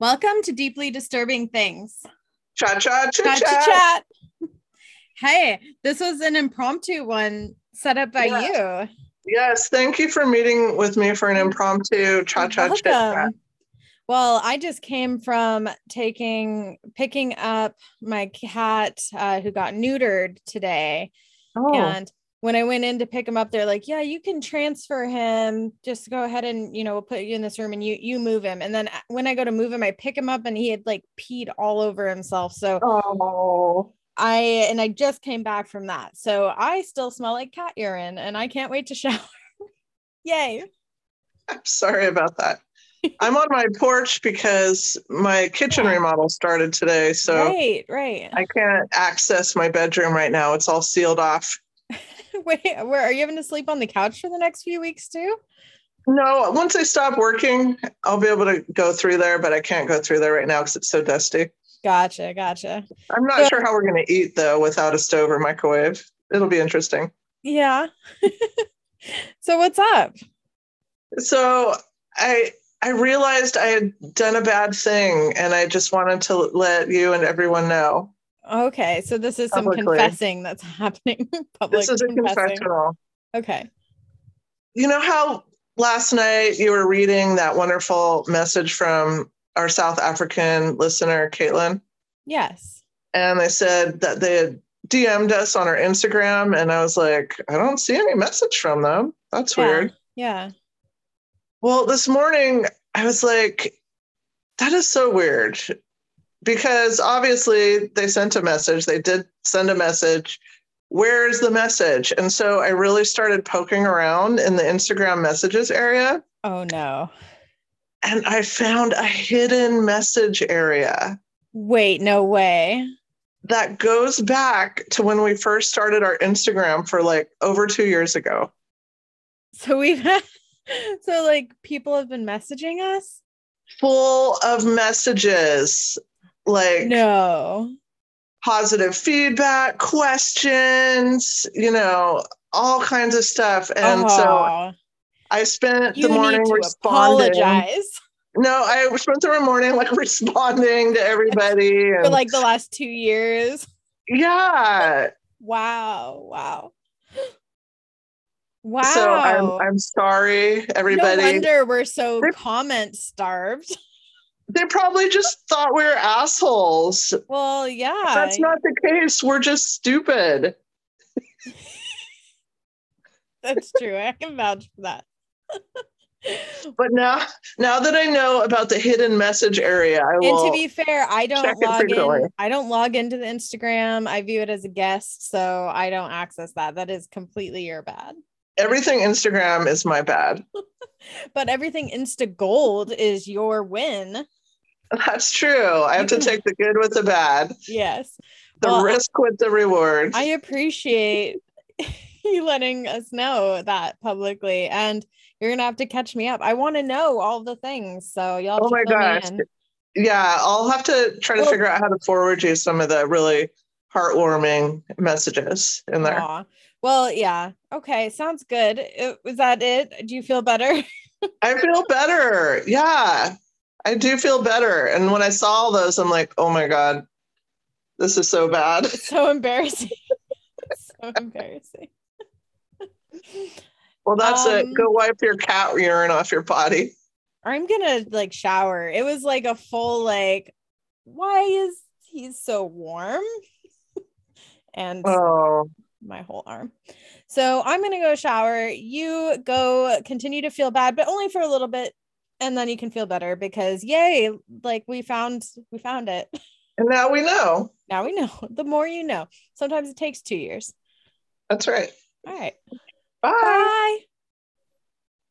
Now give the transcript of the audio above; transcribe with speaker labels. Speaker 1: Welcome to Deeply Disturbing Things.
Speaker 2: Cha cha cha
Speaker 1: Chat to
Speaker 2: cha.
Speaker 1: chat. Hey, this was an impromptu one set up by you.
Speaker 2: Yes, thank you for meeting with me for an impromptu cha cha chit chat.
Speaker 1: Welcome. Well, I just came from taking picking up my cat uh, who got neutered today.
Speaker 2: Oh,
Speaker 1: And when I went in to pick him up, they're like, "Yeah, you can transfer him. Just go ahead and you know we'll put you in this room and you you move him." And then uh, when I go to move him, I pick him up and he had like peed all over himself. So
Speaker 2: oh,
Speaker 1: I and I just came back from that. So I still smell like cat urine and I can't wait to shower. Yay.
Speaker 2: I'm sorry about that. I'm on my porch because my kitchen
Speaker 1: Yeah.
Speaker 2: remodel started today, so
Speaker 1: right, right.
Speaker 2: I can't access my bedroom right now. It's all sealed off.
Speaker 1: Wait, where are you having to sleep on the couch for the next few weeks too?
Speaker 2: No, once I stop working, I'll be able to go through there, but I can't go through there right now because it's so dusty.
Speaker 1: Gotcha, gotcha.
Speaker 2: I'm not
Speaker 1: So-
Speaker 2: sure how we're going to eat though without a stove or microwave. It'll be interesting.
Speaker 1: Yeah. so what's up?
Speaker 2: So I I realized I had done a bad thing and I just wanted to let you and everyone know.
Speaker 1: Okay, so this is some
Speaker 2: Publicly.
Speaker 1: confessing that's happening. Public
Speaker 2: This is a confessional.
Speaker 1: Okay.
Speaker 2: You know how last night you were reading that wonderful message from our South African listener, Caitlin,
Speaker 1: Yes.
Speaker 2: and they said that they had DM'd us on our Instagram. And I was like, I don't see any message from them. That's
Speaker 1: Yeah,
Speaker 2: weird.
Speaker 1: Yeah.
Speaker 2: Well, this morning I was like, that is so weird because obviously they sent a message. They did send a message. Where is the message? And so I really started poking around in the Instagram messages area
Speaker 1: Oh no.
Speaker 2: and I found a hidden message area
Speaker 1: Wait, no way.
Speaker 2: that goes back to when we first started our Instagram for like over two years ago.
Speaker 1: So we've had, so like people have been messaging us?
Speaker 2: Full of messages like
Speaker 1: No.
Speaker 2: positive feedback, questions, you know, all kinds of stuff. And so
Speaker 1: Aw,
Speaker 2: I spent
Speaker 1: Uh-huh. you
Speaker 2: the morning
Speaker 1: need to
Speaker 2: responding.
Speaker 1: apologize
Speaker 2: No, I spent the morning like responding to everybody. And,
Speaker 1: for like the last two years.
Speaker 2: yeah.
Speaker 1: Wow. Wow. Wow.
Speaker 2: So I'm, I'm sorry,
Speaker 1: No
Speaker 2: everybody.
Speaker 1: wonder we're so
Speaker 2: They're-
Speaker 1: comment starved.
Speaker 2: they probably just thought we were assholes.
Speaker 1: Well, yeah.
Speaker 2: That's not the case. We're just stupid.
Speaker 1: that's true. I can vouch for that.
Speaker 2: But now, now that I know about the hidden message area, I
Speaker 1: and
Speaker 2: will.
Speaker 1: to be fair, I
Speaker 2: check
Speaker 1: don't
Speaker 2: it
Speaker 1: log
Speaker 2: frequently.
Speaker 1: in. I don't log into the Instagram. I view it as a guest, so I don't access that. That is completely your bad.
Speaker 2: everything Instagram is my bad.
Speaker 1: But everything Insta Gold is your win.
Speaker 2: That's true. I have to
Speaker 1: can-
Speaker 2: take the good with the bad,
Speaker 1: Yes.
Speaker 2: the
Speaker 1: Well, I-
Speaker 2: risk with the reward.
Speaker 1: I appreciate you letting us know that publicly. And you're gonna have to catch me up. I want to know all the things. So y'all. have
Speaker 2: Oh
Speaker 1: to
Speaker 2: my
Speaker 1: fill me
Speaker 2: gosh.
Speaker 1: in.
Speaker 2: yeah, I'll have to try to
Speaker 1: Well-
Speaker 2: figure out how to forward you some of the really heartwarming messages in there.
Speaker 1: Aw. Well, yeah. Okay, sounds good. It, was that it? Do you feel better?
Speaker 2: I feel better. Yeah, I do feel better. And when I saw all those, I'm like, oh my God, this is so bad.
Speaker 1: It's so embarrassing. It's so embarrassing.
Speaker 2: Well, that's
Speaker 1: Um,
Speaker 2: it. Go wipe your cat urine off your body.
Speaker 1: I'm gonna like shower. It was like a full like, why is he so warm? and
Speaker 2: Oh,
Speaker 1: my whole arm. So I'm gonna go shower. You go continue to feel bad, but only for a little bit, and then you can feel better because yay, like we found we found it.
Speaker 2: and now we know.
Speaker 1: Now we know. The more you know. Sometimes it takes two years.
Speaker 2: That's right.
Speaker 1: All right.
Speaker 2: Bye.
Speaker 1: Bye.